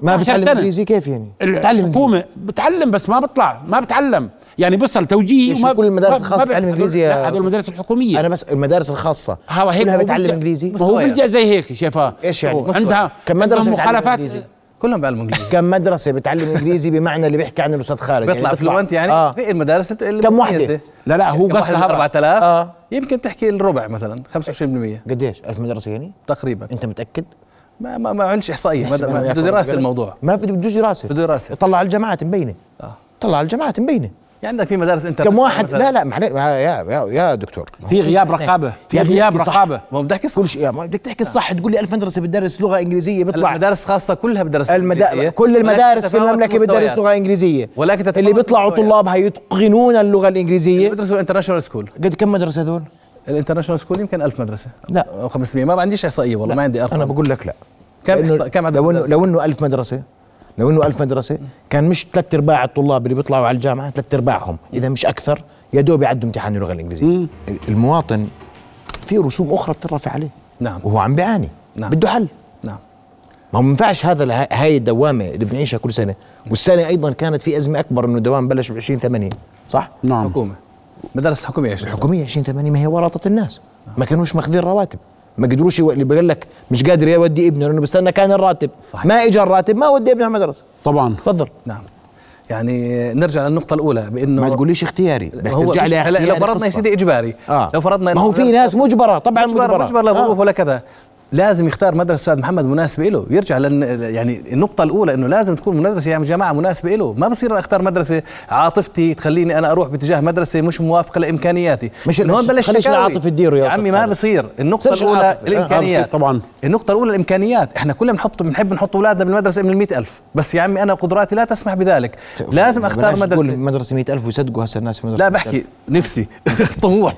[SPEAKER 1] ما
[SPEAKER 3] 12
[SPEAKER 1] بتعلم
[SPEAKER 3] سنة.
[SPEAKER 1] انجليزي كيف يعني بتعلم إنجليزي.
[SPEAKER 3] الحكومه بتعلم بس ما بطلع ما بتعلم يعني بيصل توجيه
[SPEAKER 1] ليش كل المدارس
[SPEAKER 3] ما-
[SPEAKER 1] الخاصة
[SPEAKER 3] ما-
[SPEAKER 1] بتعلم إنجليزي يا
[SPEAKER 3] لا هذول المدارس الحكوميه
[SPEAKER 1] انا بس المدارس الخاصه
[SPEAKER 3] هو هيك
[SPEAKER 1] كلها
[SPEAKER 3] هو
[SPEAKER 1] بتعلم
[SPEAKER 3] بيلجأ-
[SPEAKER 1] انجليزي
[SPEAKER 3] ما هو
[SPEAKER 2] مستوى
[SPEAKER 3] بيلجأ زي هيك شايفها
[SPEAKER 1] إيش يعني؟
[SPEAKER 3] هو عندها
[SPEAKER 1] كم مدرسة
[SPEAKER 3] عندها
[SPEAKER 1] بتعلم
[SPEAKER 3] آه. مخالفات
[SPEAKER 1] إنجليزي؟
[SPEAKER 2] كلهم بيعلموا
[SPEAKER 1] [LAUGHS]
[SPEAKER 2] انجليزي
[SPEAKER 1] كم مدرسه بتعلم انجليزي بمعنى اللي بيحكي عنه الاستاذ خالد
[SPEAKER 2] بيطلع فلوينت يعني
[SPEAKER 1] اه
[SPEAKER 2] في المدارس بت- اللي
[SPEAKER 1] كم وحدة؟
[SPEAKER 2] مميزة.
[SPEAKER 3] لا لا هو
[SPEAKER 2] كم
[SPEAKER 3] قصد
[SPEAKER 2] وحده من
[SPEAKER 3] هذا
[SPEAKER 2] 4000
[SPEAKER 1] آه.
[SPEAKER 2] يمكن تحكي الربع مثلا 25%
[SPEAKER 1] قديش 1000 مدرسه يعني
[SPEAKER 2] تقريبا
[SPEAKER 1] انت متاكد
[SPEAKER 2] ما ما ما عملش احصائيه ما- ما- بده
[SPEAKER 1] ياخذ
[SPEAKER 2] دراسه
[SPEAKER 1] بالك.
[SPEAKER 2] الموضوع
[SPEAKER 1] ما في بده دراسه
[SPEAKER 2] بده دراسة.
[SPEAKER 1] طلع على الجامعات مبينه
[SPEAKER 2] آه.
[SPEAKER 1] طلع على الجامعات مبينه
[SPEAKER 2] يعني عندك في مدارس انت
[SPEAKER 1] كم واحد لا لا معلش ما- يا يا يا دكتور
[SPEAKER 3] في غياب رقابه في
[SPEAKER 1] يا ابني
[SPEAKER 3] غياب
[SPEAKER 1] في يعني صح.
[SPEAKER 3] رقابه
[SPEAKER 2] ما بدي احكي صح
[SPEAKER 1] كل شيء يا ما بدك تحكي الصح تقول لي 1000 مدرسه بتدرس لغه انجليزيه
[SPEAKER 2] هلا
[SPEAKER 1] بيطلع
[SPEAKER 2] المدارس الخاصه كلها بدرس
[SPEAKER 1] المدا...
[SPEAKER 2] إنجليزية،
[SPEAKER 1] كل
[SPEAKER 2] إيه. ولكن
[SPEAKER 1] المدارس في
[SPEAKER 2] تتفاوت
[SPEAKER 1] المملكه بتدرس
[SPEAKER 2] المستويات.
[SPEAKER 1] لغه انجليزيه
[SPEAKER 2] ولكن تتفاوت
[SPEAKER 1] اللي بيطلعوا
[SPEAKER 2] المستويات.
[SPEAKER 1] طلابها يتقنون اللغه الانجليزيه
[SPEAKER 2] بدرسوا الانترناشونال سكول
[SPEAKER 1] قد كم مدرسه هذول؟
[SPEAKER 2] الانترناشونال سكول يمكن 1000 مدرسه
[SPEAKER 1] لا.
[SPEAKER 2] او 500 ما عنديش احصائيه والله ما عندي ارقام
[SPEAKER 1] انا بقول لك لا
[SPEAKER 2] كم
[SPEAKER 1] لأنه-
[SPEAKER 2] إحصاء- كم عدد
[SPEAKER 1] لو انه
[SPEAKER 2] المدارس؟
[SPEAKER 1] لو انه 1000 مدرسه لو انه 1000 مدرسه كان مش ثلاث ارباع الطلاب اللي بيطلعوا على الجامعه ثلاث ارباعهم اذا مش اكثر يا دوب يعدوا امتحان اللغه الانجليزيه المواطن في رسوم اخرى بترفع عليه
[SPEAKER 2] نعم.
[SPEAKER 1] وهو عم بيعاني
[SPEAKER 2] نعم.
[SPEAKER 1] بده حل
[SPEAKER 2] نعم
[SPEAKER 1] ما هو ما ينفعش هذا الها- هاي الدوامه اللي بنعيشها كل سنه والسنه ايضا كانت في ازمه اكبر انه الدوام بلش ب 20 8 صح
[SPEAKER 3] نعم
[SPEAKER 2] حكومه مدارس حكوميه ايش
[SPEAKER 1] الحكوميه 20 8 ما هي ورطه الناس ما كانوش ماخذين رواتب ما قدروش يو- اللي بقول لك مش قادر يودي ابنه لانه بستنى كان الراتب
[SPEAKER 2] صحيح.
[SPEAKER 1] ما اجى الراتب ما ودي ابنه على المدرسه
[SPEAKER 3] طبعا
[SPEAKER 1] تفضل
[SPEAKER 2] نعم يعني نرجع للنقطه الاولى بانه
[SPEAKER 1] ما تقوليش اختياري بدك
[SPEAKER 2] هو
[SPEAKER 1] ترجع
[SPEAKER 2] مش-
[SPEAKER 1] لها
[SPEAKER 2] هلا لو
[SPEAKER 1] اختياري
[SPEAKER 2] فرضنا يا
[SPEAKER 1] يعني قصة.
[SPEAKER 2] سيدي اجباري
[SPEAKER 1] آه.
[SPEAKER 2] لو فرضنا
[SPEAKER 1] ما هو في ناس مجبره طبعا
[SPEAKER 2] مجبر
[SPEAKER 1] مجبره
[SPEAKER 2] مجبر لا ظروف ولا كذا لازم يختار مدرسه استاذ محمد مناسبه له يرجع لن يعني النقطه الاولى انه لازم تكون مدرسه يعني جماعه مناسبه له ما بصير أنا اختار مدرسه عاطفتي تخليني انا اروح باتجاه مدرسه مش موافقه لامكانياتي
[SPEAKER 1] مش-
[SPEAKER 2] من هون
[SPEAKER 1] مش-
[SPEAKER 2] بلش
[SPEAKER 1] خليش
[SPEAKER 2] شكاوي.
[SPEAKER 1] العاطفة تديره يا
[SPEAKER 2] يا
[SPEAKER 1] أستاذ
[SPEAKER 2] عمي ما
[SPEAKER 1] خالد.
[SPEAKER 2] بصير النقطه
[SPEAKER 1] صرش
[SPEAKER 2] الاولى
[SPEAKER 1] العاطفة. آه،
[SPEAKER 2] الامكانيات
[SPEAKER 3] طبعاً.
[SPEAKER 2] النقطة الأولى الإمكانيات، إحنا كلنا بنحط بنحب نحط أولادنا بالمدرسة من المئة ألف، بس يا عمي أنا قدراتي لا تسمح بذلك، لازم أختار
[SPEAKER 1] بلاش تقول
[SPEAKER 2] مدرسة
[SPEAKER 1] مدرسه 100000 ويصدقوا هسه الناس في مدرسه
[SPEAKER 2] لا
[SPEAKER 1] 100,000.
[SPEAKER 2] بحكي نفسي [LAUGHS] طموح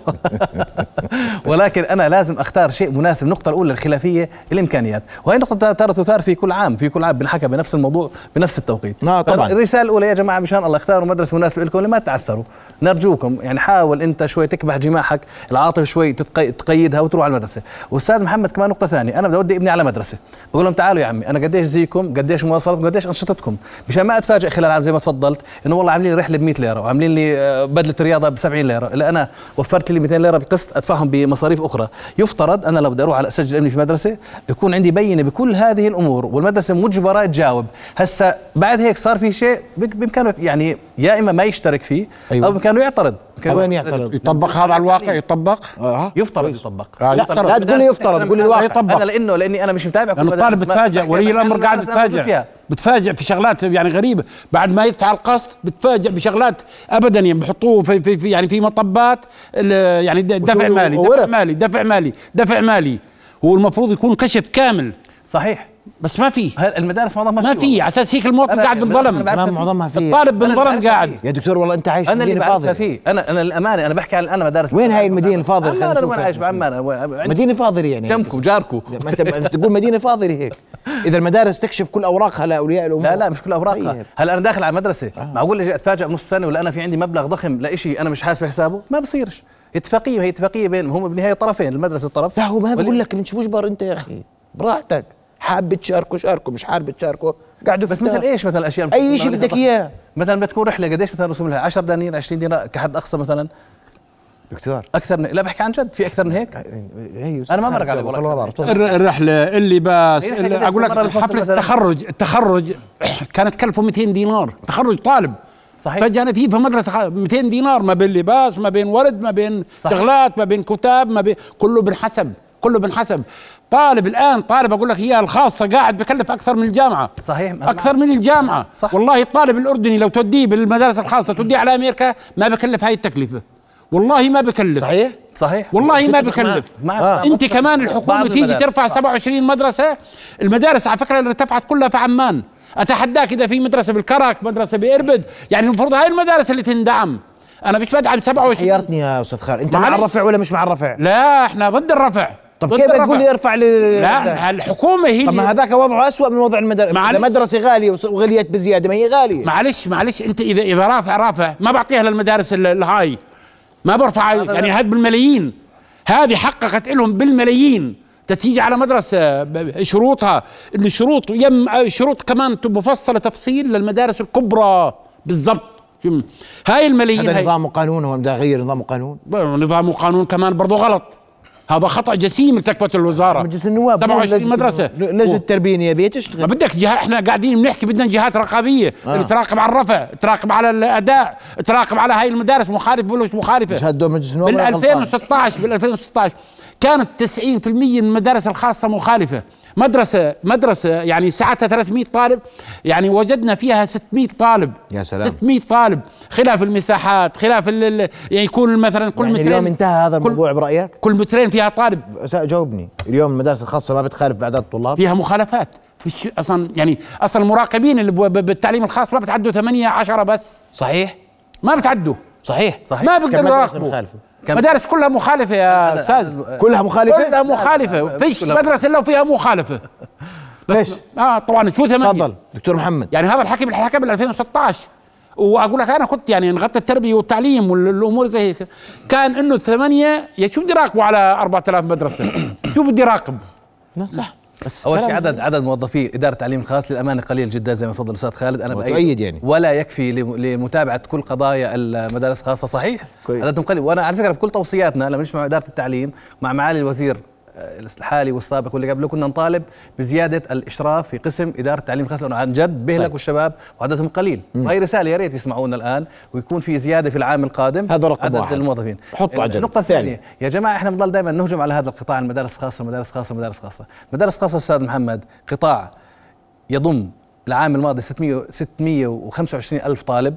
[SPEAKER 2] ولكن انا لازم اختار شيء مناسب النقطه الاولى الخلافيه الامكانيات وهي نقطه ترى تثار في كل عام في كل عام بنحكى بنفس الموضوع بنفس التوقيت
[SPEAKER 1] آه، طبعاً.
[SPEAKER 2] الرساله الاولى يا جماعه مشان الله اختاروا مدرسه مناسبه لكم لما تعثروا نرجوكم يعني حاول انت شوي تكبح جماحك العاطفه شوي تتقي- تقيدها وتروح على المدرسه واستاذ محمد كمان نقطه ثانيه انا بدي اودي ابني على مدرسه بقول لهم تعالوا يا عمي انا قديش زيكم قديش مواصلاتكم قديش انشطتكم مشان ما اتفاجئ خلال عام زي ما تفضلت انه والله عاملين لي رحله ب 100 ليره وعاملين لي آه، بدله رياضه ب 70 ليره لا انا وفرت لي 200 ليره بالقسط ادفعهم بمصاريف اخرى يفترض انا لو بدي اروح على اسجل ابني في مدرسه يكون عندي بينه بكل هذه الامور والمدرسه مجبره تجاوب هسا بعد هيك صار في شيء بك- بامكانه يعني يا اما ما يشترك فيه
[SPEAKER 1] أيوة.
[SPEAKER 2] او بامكانه يعترض بإمكانه
[SPEAKER 1] وين يعترض؟
[SPEAKER 3] يطبق هذا على الواقع يطبق
[SPEAKER 1] آه.
[SPEAKER 2] يفترض يطبق
[SPEAKER 3] آه،
[SPEAKER 1] لا
[SPEAKER 3] يفترض.
[SPEAKER 1] لا تقول لي يفترض تقول لي الواقع
[SPEAKER 3] يطبق.
[SPEAKER 2] انا لانه لاني انا مش متابع كل
[SPEAKER 3] لانه الطالب
[SPEAKER 2] مدرسة، ما-
[SPEAKER 3] بتفاجئ
[SPEAKER 2] ما-
[SPEAKER 3] ولي
[SPEAKER 2] ما-
[SPEAKER 3] الامر
[SPEAKER 2] أنا
[SPEAKER 3] قاعد
[SPEAKER 2] مدرسة أنا موجود
[SPEAKER 3] بتفاجئ
[SPEAKER 2] فيها.
[SPEAKER 3] بتفاجئ في شغلات يعني غريبه بعد ما يدفع القسط بتفاجئ بشغلات ابدا يعني بحطوه في, في, في يعني في مطبات ال- يعني د- دفع
[SPEAKER 1] وشو-
[SPEAKER 3] مالي دفع
[SPEAKER 1] وورق.
[SPEAKER 3] مالي دفع مالي دفع مالي هو المفروض يكون كشف كامل
[SPEAKER 2] صحيح
[SPEAKER 3] بس ما في
[SPEAKER 2] هل- المدارس معظمها
[SPEAKER 3] ما في على اساس هيك المواطن
[SPEAKER 2] أنا-
[SPEAKER 3] قاعد
[SPEAKER 2] المدرسة أنا
[SPEAKER 3] بنظلم
[SPEAKER 2] بعرف-
[SPEAKER 1] ما معظمها في
[SPEAKER 3] الطالب
[SPEAKER 2] أنا بعرف
[SPEAKER 3] بنظلم قاعد
[SPEAKER 2] فيه.
[SPEAKER 1] يا دكتور والله انت عايش في
[SPEAKER 2] انا اللي
[SPEAKER 1] مدينه
[SPEAKER 2] بعرفها
[SPEAKER 1] فاضيه
[SPEAKER 2] فيه انا انا الامانه انا بحكي عن انا مدارس
[SPEAKER 1] وين هاي المدينة الفاضلة؟ خلينا
[SPEAKER 2] عمان انا
[SPEAKER 1] نشوف
[SPEAKER 2] وين
[SPEAKER 1] هاي.
[SPEAKER 2] عايش بعمان أنا وين- عندي
[SPEAKER 1] مدينه فاضله يعني
[SPEAKER 2] جنبكم جاركم
[SPEAKER 1] ما انت ما أنت تقول مدينه فاضله هيك اذا المدارس تكشف كل اوراقها لاولياء الامور
[SPEAKER 2] لا لا مش كل اوراقها
[SPEAKER 1] طيب. آه.
[SPEAKER 2] هلا انا داخل على مدرسه معقول اجي اتفاجئ بنص سنه ولا انا في عندي مبلغ ضخم لشيء انا مش حاسب حسابه ما بصيرش اتفاقيه هي اتفاقيه بين هم بالنهايه طرفين المدرسه طرف
[SPEAKER 1] لا هو ما
[SPEAKER 2] واللي-
[SPEAKER 1] بقول لك مش مجبر انت يا اخي براحتك حاب تشاركه شاركه مش حابب تشاركه قاعدوا
[SPEAKER 2] بس مثل ايش مثلا الاشياء
[SPEAKER 1] أي شيء بدك إياه.
[SPEAKER 2] مثلا بتكون رحله قديش مثلا رسوم لها 10 دنانير 20 دينار كحد اقصى مثلا
[SPEAKER 1] دكتور
[SPEAKER 2] اكثر من لا بحكي عن جد في اكثر من هيك
[SPEAKER 1] هي
[SPEAKER 2] أنا ما مرق علي ولا
[SPEAKER 1] والله
[SPEAKER 2] كلام.
[SPEAKER 1] بعرف تفضل.
[SPEAKER 3] الر- الرحله اللباس
[SPEAKER 2] يعني إحنا
[SPEAKER 3] اللي-
[SPEAKER 2] كده
[SPEAKER 3] اقول
[SPEAKER 2] مرة
[SPEAKER 3] لك
[SPEAKER 2] بالفصل
[SPEAKER 3] حفله
[SPEAKER 2] مثلاً.
[SPEAKER 3] التخرج التخرج كانت كلفه 200 دينار تخرج طالب
[SPEAKER 2] صحيح.
[SPEAKER 3] فجأة في في مدرسة خ- 200 دينار ما بين لباس ما بين ورد ما بين
[SPEAKER 2] صحيح.
[SPEAKER 3] شغلات ما بين كتاب ما بين كله بنحسب كله بنحسب طالب الآن طالب أقول لك إياه الخاصة قاعد بكلف أكثر من الجامعة
[SPEAKER 2] صحيح أنا
[SPEAKER 3] أكثر
[SPEAKER 2] معك.
[SPEAKER 3] من الجامعة
[SPEAKER 2] صح.
[SPEAKER 3] والله الطالب الأردني لو توديه بالمدارس الخاصة توديه على أمريكا ما بكلف هاي التكلفة والله ما بكلف
[SPEAKER 1] صحيح
[SPEAKER 2] صحيح
[SPEAKER 3] والله ما
[SPEAKER 1] أتفق معك.
[SPEAKER 3] بكلف
[SPEAKER 2] معك.
[SPEAKER 1] آه.
[SPEAKER 3] انت
[SPEAKER 2] بطل-
[SPEAKER 3] كمان
[SPEAKER 2] بعض
[SPEAKER 3] الحكومه تيجي
[SPEAKER 2] المدارس.
[SPEAKER 3] ترفع
[SPEAKER 2] صح.
[SPEAKER 3] 27 مدرسه المدارس على فكره اللي ارتفعت كلها في عمان اتحداك اذا في مدرسه بالكرك مدرسه باربد يعني المفروض هاي المدارس اللي تندعم انا مش بدعم 27
[SPEAKER 1] حيرتني يا استاذ خالد انت
[SPEAKER 3] ما
[SPEAKER 1] مع
[SPEAKER 3] عليك.
[SPEAKER 1] الرفع ولا مش مع الرفع
[SPEAKER 3] لا احنا ضد الرفع
[SPEAKER 1] طب
[SPEAKER 3] ضد
[SPEAKER 1] كيف
[SPEAKER 3] الرفع.
[SPEAKER 1] تقول لي ارفع لي
[SPEAKER 3] لا الحكومه هي
[SPEAKER 1] طب ما
[SPEAKER 3] اللي-
[SPEAKER 1] هذاك وضعه أسوأ من وضع المدرسة
[SPEAKER 3] معلش.
[SPEAKER 1] إذا مدرسة غالية وس- وغليت بزيادة ما هي غالية
[SPEAKER 3] معلش معلش انت اذا اذا رافع رافع ما بعطيها للمدارس ال- الهاي ما برفع
[SPEAKER 2] هذا
[SPEAKER 3] يعني
[SPEAKER 2] لا.
[SPEAKER 3] هذا بالملايين هذه حققت لهم بالملايين تتيجي على مدرسة ب- شروطها الشروط يم آه، شروط كمان ت- مفصلة تفصيل للمدارس الكبرى بالضبط شم- هاي الملايين
[SPEAKER 1] هذا
[SPEAKER 3] هاي
[SPEAKER 1] نظام وقانون هو بدي أغير نظام وقانون
[SPEAKER 3] ب- نظام وقانون كمان برضو غلط هذا خطأ جسيم ارتكبته الوزارة
[SPEAKER 1] مجلس النواب
[SPEAKER 3] 27
[SPEAKER 1] لجنة-
[SPEAKER 3] آه. مدرسة
[SPEAKER 1] لجنة
[SPEAKER 3] و-
[SPEAKER 1] التربية النيابية
[SPEAKER 3] ما
[SPEAKER 1] تشتغل
[SPEAKER 3] بدك جهة احنا قاعدين بنحكي بدنا جهات رقابيه
[SPEAKER 1] آه.
[SPEAKER 3] اللي تراقب على الرفع تراقب على الاداء تراقب على هاي المدارس مخالفه ولا مش
[SPEAKER 1] مش
[SPEAKER 3] مخالفه
[SPEAKER 1] هدول مجلس النواب
[SPEAKER 3] بال
[SPEAKER 1] ولا غلطان؟
[SPEAKER 3] 2016 بال 2016 كانت 90% من المدارس الخاصه مخالفه مدرسه مدرسه يعني ساعتها 300 طالب يعني وجدنا فيها 600 طالب
[SPEAKER 1] يا سلام.
[SPEAKER 3] 600 طالب خلاف المساحات خلاف ال ال- يعني يكون مثلا كل
[SPEAKER 1] يعني
[SPEAKER 3] مترين
[SPEAKER 1] اليوم انتهى هذا
[SPEAKER 3] كل-
[SPEAKER 1] الموضوع برأيك؟
[SPEAKER 3] كل مترين فيها طالب
[SPEAKER 1] أس- جاوبني اليوم المدارس الخاصة ما بتخالف أعداد الطلاب
[SPEAKER 3] فيها مخالفات فيش اصلا يعني اصلا المراقبين اللي ب- بالتعليم الخاص ما بتعدوا 8 10 بس
[SPEAKER 1] صحيح
[SPEAKER 3] ما بتعدوا
[SPEAKER 1] صحيح
[SPEAKER 2] صحيح.
[SPEAKER 3] ما بيقدروا
[SPEAKER 1] كمدرسة
[SPEAKER 3] يراقبوا
[SPEAKER 1] مخالفة.
[SPEAKER 2] كم-
[SPEAKER 3] مدارس كلها مخالفه يا
[SPEAKER 2] هذا-
[SPEAKER 3] استاذ
[SPEAKER 1] كلها مخالفة؟
[SPEAKER 3] كلها
[SPEAKER 2] لا، لا،
[SPEAKER 3] مخالفه
[SPEAKER 2] لا،
[SPEAKER 3] فيش
[SPEAKER 2] كلها-
[SPEAKER 3] مدرسه الا وفيها مخالفه
[SPEAKER 1] ليش؟
[SPEAKER 3] اه طبعا شو 8
[SPEAKER 1] تفضل دكتور محمد
[SPEAKER 3] يعني هذا الحكي بالحكي بال 2016 واقول لك انا كنت يعني نغطي التربيه والتعليم والامور زي هيك كان انه ثمانيه يا شو بدي راقبه على 4000 مدرسه شو بدي راقب
[SPEAKER 1] صح بس
[SPEAKER 2] اول شيء
[SPEAKER 1] كلام-
[SPEAKER 2] عدد عدد موظفي اداره التعليم الخاص للامانه قليل جدا زي ما تفضل استاذ خالد انا
[SPEAKER 1] وتؤيد يعني.
[SPEAKER 2] ولا يكفي لم- لمتابعه كل قضايا المدارس الخاصه صحيح
[SPEAKER 1] كويس.
[SPEAKER 2] عددهم قليل وانا على فكره بكل توصياتنا لما نجمع اداره التعليم مع معالي الوزير آه، الحالي والسابق واللي قبله كنا نطالب بزياده الاشراف في قسم اداره التعليم الخاص لانه عن جد بيهلكوا الشباب وعددهم قليل هاي رساله يا ريت يسمعونا الان ويكون في زياده في العام القادم
[SPEAKER 1] هذا رقم
[SPEAKER 2] عدد
[SPEAKER 1] واحد.
[SPEAKER 2] الموظفين
[SPEAKER 1] حطه على جنب.
[SPEAKER 2] النقطه
[SPEAKER 1] ثانية.
[SPEAKER 2] الثانيه يا جماعه احنا بنضل دائما نهجم على هذا القطاع المدارس الخاصه المدارس الخاصه المدارس الخاصه مدارس خاصه استاذ محمد قطاع يضم العام الماضي 600 625 الف طالب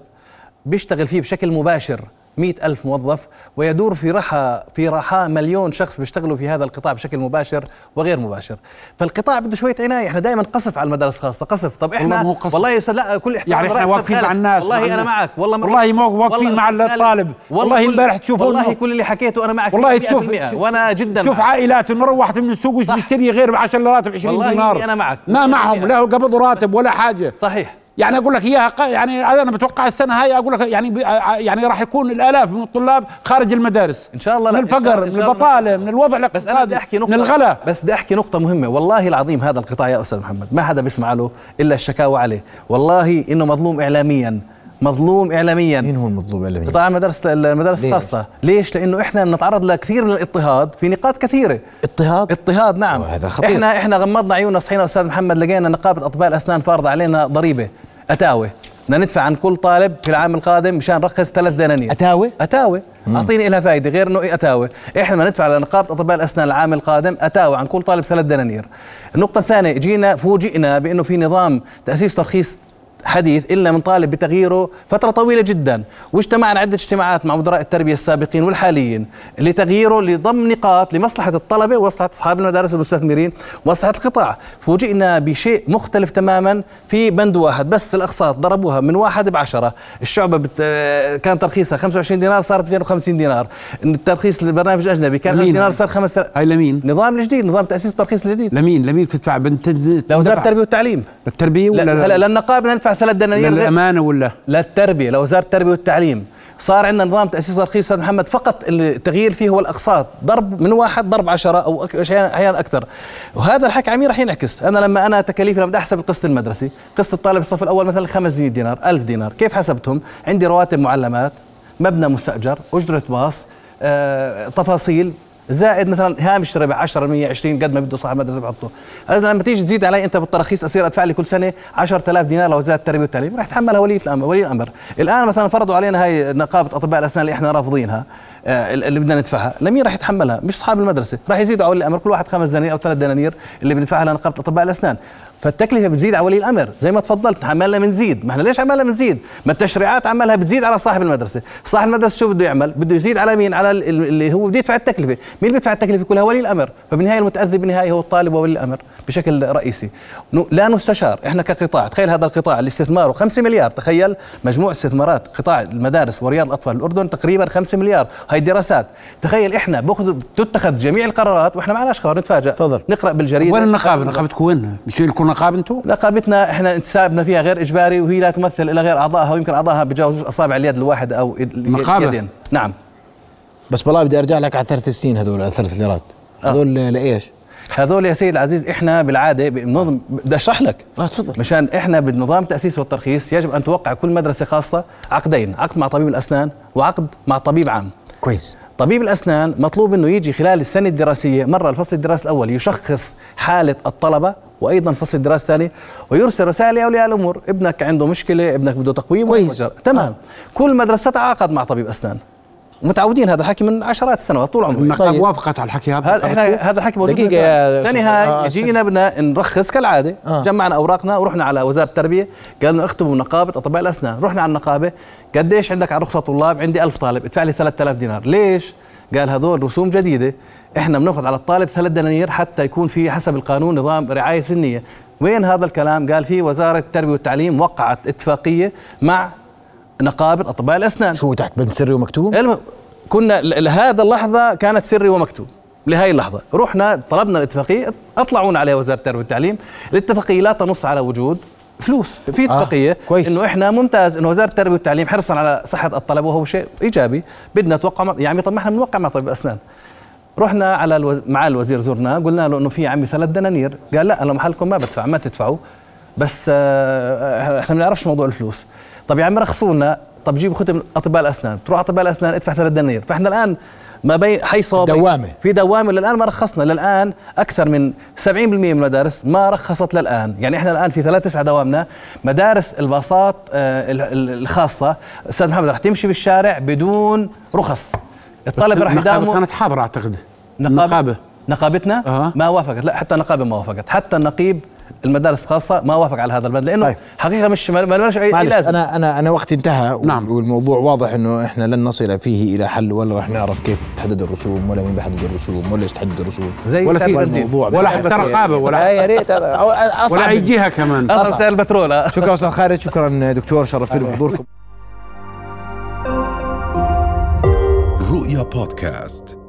[SPEAKER 2] بيشتغل فيه بشكل مباشر 100 ألف موظف ويدور في رحى في رحى مليون شخص بيشتغلوا في هذا القطاع بشكل مباشر وغير مباشر فالقطاع بده شوية عناية احنا دائما قصف على المدارس الخاصة قصف طب احنا
[SPEAKER 3] والله ما هو قصف.
[SPEAKER 2] والله يا أستاذ لا كل احترام
[SPEAKER 3] يعني إحنا
[SPEAKER 2] رأيك أستاذ
[SPEAKER 3] واقفين
[SPEAKER 2] خالد.
[SPEAKER 3] مع الناس،
[SPEAKER 2] والله أنا
[SPEAKER 3] مع الناس.
[SPEAKER 2] معك والله مرة-
[SPEAKER 3] والله مو واقفين مع الطالب. والله
[SPEAKER 2] كل-
[SPEAKER 3] امبارح تشوفوا
[SPEAKER 2] والله
[SPEAKER 3] إنه-
[SPEAKER 2] كل اللي حكيته أنا معك
[SPEAKER 3] والله
[SPEAKER 2] 100%
[SPEAKER 3] تشوف
[SPEAKER 2] وانا جدا
[SPEAKER 3] شوف
[SPEAKER 2] معك.
[SPEAKER 3] عائلات انه روحت من السوق مش
[SPEAKER 2] صح.
[SPEAKER 3] مشتري غير ب 10 راتب 20
[SPEAKER 2] والله
[SPEAKER 3] دينار
[SPEAKER 2] أنا معك.
[SPEAKER 3] ما معهم
[SPEAKER 2] 100%.
[SPEAKER 3] لا قبض راتب ولا حاجه
[SPEAKER 2] صحيح
[SPEAKER 3] يعني اقول لك اياها قا- يعني انا بتوقع السنه هاي اقول لك يعني بي- يعني راح يكون الالاف من الطلاب خارج المدارس
[SPEAKER 2] ان شاء الله
[SPEAKER 3] من
[SPEAKER 2] لا، إن شاء-
[SPEAKER 3] الفقر
[SPEAKER 2] إن
[SPEAKER 3] من
[SPEAKER 2] شاء الله.
[SPEAKER 3] البطاله من الوضع
[SPEAKER 2] بس انا بدي
[SPEAKER 3] الاقتصادي،
[SPEAKER 2] احكي نقطه
[SPEAKER 3] من الغلا
[SPEAKER 2] بس بدي احكي نقطه مهمه والله العظيم هذا القطاع يا استاذ محمد ما حدا بيسمع له الا الشكاوى عليه والله انه مظلوم اعلاميا مظلوم اعلاميا
[SPEAKER 1] مين هو المظلوم الاعلامي؟
[SPEAKER 2] قطاع المدارس المدارس
[SPEAKER 1] ليش؟
[SPEAKER 2] الخاصه ليش لانه احنا بنتعرض لكثير من الاضطهاد في نقاط كثيره
[SPEAKER 1] اضطهاد
[SPEAKER 2] اضطهاد نعم
[SPEAKER 1] وهذا خطير.
[SPEAKER 2] احنا احنا غمضنا عيوننا صحينا استاذ محمد لقينا نقابه اطباء الاسنان فارضه علينا ضريبه اتاوي بدنا ندفع عن كل طالب في العام القادم مشان رخص ثلاث دنانير
[SPEAKER 1] أتاوي؟
[SPEAKER 2] اتاوي اعطيني لها فائده غير انه إيه اتاوي احنا بدنا ندفع على نقابه اطباء الاسنان العام القادم اتاوي عن كل طالب ثلاث دنانير النقطه الثانيه جينا فوجئنا بانه في نظام تاسيس ترخيص حديث الا من طالب بتغييره فتره طويله جدا واجتمعنا عده اجتماعات مع مدراء التربيه السابقين والحاليين لتغييره لضم نقاط لمصلحه الطلبه ومصلحه اصحاب المدارس المستثمرين ومصلحه القطاع فوجئنا بشيء مختلف تماما في بند واحد بس الاقساط ضربوها من واحد بعشرة الشعبه بت... آه، كان ترخيصها 25 دينار صارت 250 دينار الترخيص للبرنامج الاجنبي كان
[SPEAKER 3] مين
[SPEAKER 2] 1000 دينار
[SPEAKER 3] هاي؟
[SPEAKER 2] صار 5000
[SPEAKER 3] هاي لمين؟
[SPEAKER 2] نظام الجديد نظام تاسيس الترخيص الجديد
[SPEAKER 3] لمين لمين بتدفع بنت
[SPEAKER 2] لوزاره التربيه والتعليم
[SPEAKER 3] التربيه
[SPEAKER 2] لا
[SPEAKER 3] ولا لا
[SPEAKER 2] هلا للنقابه بدنا ندفع ثلاث دنانير غير-
[SPEAKER 3] للامانه ولا
[SPEAKER 2] للتربيه لوزاره التربيه والتعليم صار عندنا نظام تاسيس ترخيص استاذ محمد فقط التغيير فيه هو الاقساط ضرب من واحد ضرب عشرة او أك- احيانا أحياناً اكثر وهذا الحكي عمي راح ينعكس انا لما انا تكاليفي لما بدي احسب القسط المدرسي قسط الطالب الصف الاول مثلا 500 دينار 1000 دينار كيف حسبتهم عندي رواتب معلمات مبنى مستاجر اجره باص آه، تفاصيل زائد مثلا هامش ربع 10% 20 قد ما بده صاحب المدرسه بحطه هذا لما تيجي تزيد علي انت بالتراخيص اصير ادفع لي كل سنه 10000 دينار لوزاره التربيه والتعليم راح يتحملها ولي الامر ولي الامر الان مثلا فرضوا علينا هاي نقابه اطباء الاسنان اللي احنا رافضينها آه، اللي بدنا ندفعها لمين راح يتحملها مش اصحاب المدرسه راح يزيدوا على ولي الامر كل واحد خمس دنانير او ثلاث دنانير اللي بندفعها لنقابه اطباء الاسنان فالتكلفه بتزيد على ولي الامر زي ما تفضلت عمالنا بنزيد ما احنا ليش عمالنا بنزيد ما التشريعات عمالها بتزيد على صاحب المدرسه صاحب المدرسه شو بده يعمل بده يزيد على مين على ال- ال- اللي هو بده يدفع التكلفه مين بيدفع التكلفه كلها ولي الامر فبالنهايه المتاذي بالنهايه هو الطالب وولي الامر بشكل رئيسي نو- لا نستشار احنا كقطاع تخيل هذا القطاع اللي استثماره 5 مليار تخيل مجموع استثمارات قطاع المدارس ورياض الاطفال الاردن تقريبا 5 مليار هاي دراسات تخيل احنا باخذ تتخذ جميع القرارات واحنا معناش قرار نتفاجئ
[SPEAKER 1] تفضل.
[SPEAKER 2] نقرا بالجريده
[SPEAKER 3] وين النقابه؟ نقابتكم وين؟ مش لكم نقابه
[SPEAKER 2] طيب.
[SPEAKER 3] انتم؟
[SPEAKER 2] نقابتنا احنا انتسابنا فيها غير اجباري وهي لا تمثل الا غير اعضائها ويمكن اعضائها بجاوز اصابع اليد الواحد او ال- ال-
[SPEAKER 3] نقابة.
[SPEAKER 2] اليدين نعم
[SPEAKER 1] بس والله بدي ارجع لك على ثلاث سنين هذول على ثلاث ليرات
[SPEAKER 3] آه.
[SPEAKER 1] هذول لايش؟
[SPEAKER 2] هذول يا سيدي العزيز احنا بالعاده بنظم بدي اشرح لك
[SPEAKER 3] آه،
[SPEAKER 1] لا تفضل
[SPEAKER 2] مشان احنا بنظام التاسيس والترخيص يجب ان توقع كل مدرسه خاصه عقدين عقد مع طبيب الاسنان وعقد مع طبيب عام
[SPEAKER 1] كويس
[SPEAKER 2] طبيب الأسنان مطلوب أنه يجي خلال السنة الدراسية مرة الفصل الدراسي الأول يشخص حالة الطلبة وأيضا الفصل الدراسي الثاني ويرسل رسائل لأولياء الأمور ابنك عنده مشكلة ابنك بده تقويم
[SPEAKER 1] كويس.
[SPEAKER 2] وجر. تمام آه. كل مدرسة تعاقد مع طبيب أسنان متعودين هذا الحكي من عشرات السنوات طول عمرنا
[SPEAKER 3] النقابه
[SPEAKER 1] طيب.
[SPEAKER 3] وافقت على الحكي هذا
[SPEAKER 2] هذا احنا هذا الحكي موجود
[SPEAKER 1] دقيقة
[SPEAKER 2] من زمان.
[SPEAKER 1] يا
[SPEAKER 2] السنة
[SPEAKER 1] أستاذ. آه،
[SPEAKER 2] هاي
[SPEAKER 1] السنة.
[SPEAKER 2] جينا بدنا نرخص كالعادة
[SPEAKER 1] آه.
[SPEAKER 2] آه. جمعنا أوراقنا ورحنا على وزارة التربية قالوا اكتبوا نقابة أطباء الأسنان رحنا على النقابة قديش عندك على رخصة طلاب عندي ألف طالب ادفع لي 3000 دينار ليش؟ قال هذول رسوم جديدة احنا بناخذ على الطالب ثلاث دنانير حتى يكون في حسب القانون نظام رعاية سنية وين هذا الكلام؟ قال في وزارة التربية والتعليم وقعت اتفاقية مع نقابة أطباء الأسنان
[SPEAKER 1] شو تحت بند سري ومكتوب؟
[SPEAKER 2] المهم كنا ل- لهذا اللحظة كانت سري ومكتوب لهي اللحظة رحنا طلبنا الاتفاقية أطلعونا عليها وزارة التربية والتعليم الاتفاقية لا تنص على وجود فلوس في اتفاقية
[SPEAKER 1] كويس.
[SPEAKER 2] انه احنا ممتاز انه وزارة التربية والتعليم حرصا على صحة الطلبة وهو شيء ايجابي بدنا نتوقع مع- يا عمي طب ما احنا بنوقع مع طبيب اسنان رحنا على الوز... مع الوزير زرناه قلنا له انه في يا عمي ثلاث دنانير قال لا انا محلكم ما بدفع ما تدفعوا بس آه، احنا ما بنعرفش موضوع الفلوس طب يا عمي رخصوا لنا طب جيبوا ختم اطباء الاسنان تروح اطباء الاسنان ادفع ثلاث دنانير فاحنا الان ما بين حيصاب
[SPEAKER 1] دوامة.
[SPEAKER 2] في دوامه للان ما رخصنا للان اكثر من 70% من المدارس ما رخصت للان يعني احنا الان في ثلاث تسعة دوامنا مدارس الباصات آه، ال- ال- الخاصه استاذ محمد رح تمشي بالشارع بدون رخص الطلبه رح
[SPEAKER 3] النقابة
[SPEAKER 2] يداوموا
[SPEAKER 3] كانت حاضرة أعتقد
[SPEAKER 2] نقابة-
[SPEAKER 3] النقابة
[SPEAKER 2] نقابتنا
[SPEAKER 3] أها.
[SPEAKER 2] ما وافقت لا حتى النقابه ما وافقت حتى النقيب المدارس الخاصه ما وافق على هذا البند لانه
[SPEAKER 1] طيب.
[SPEAKER 2] حقيقه مش ما ما لهاش اي أي
[SPEAKER 1] معلش
[SPEAKER 2] لازم
[SPEAKER 1] انا انا انا وقتي انتهى
[SPEAKER 3] نعم.
[SPEAKER 1] نعم. والموضوع واضح انه احنا لن نصل فيه الى حل ولا راح نعرف كيف تحدد الرسوم ولا مين بيحدد الرسوم ولا ايش تحدد الرسوم
[SPEAKER 2] زي
[SPEAKER 3] ولا
[SPEAKER 2] سعر
[SPEAKER 3] في
[SPEAKER 2] البنزين.
[SPEAKER 1] الموضوع
[SPEAKER 2] زي
[SPEAKER 3] ولا
[SPEAKER 2] سعر
[SPEAKER 3] حتى
[SPEAKER 2] البترول.
[SPEAKER 3] رقابة
[SPEAKER 1] آه، [LAUGHS]
[SPEAKER 3] ولا
[SPEAKER 1] يا ريت أنا- أو-
[SPEAKER 3] [LAUGHS] ولا
[SPEAKER 1] أصعب
[SPEAKER 3] أي جهة كمان
[SPEAKER 2] اصلا سعر البترول آه.
[SPEAKER 1] شكرا استاذ خالد شكرا دكتور شرفتونا بحضوركم
[SPEAKER 4] رؤيا بودكاست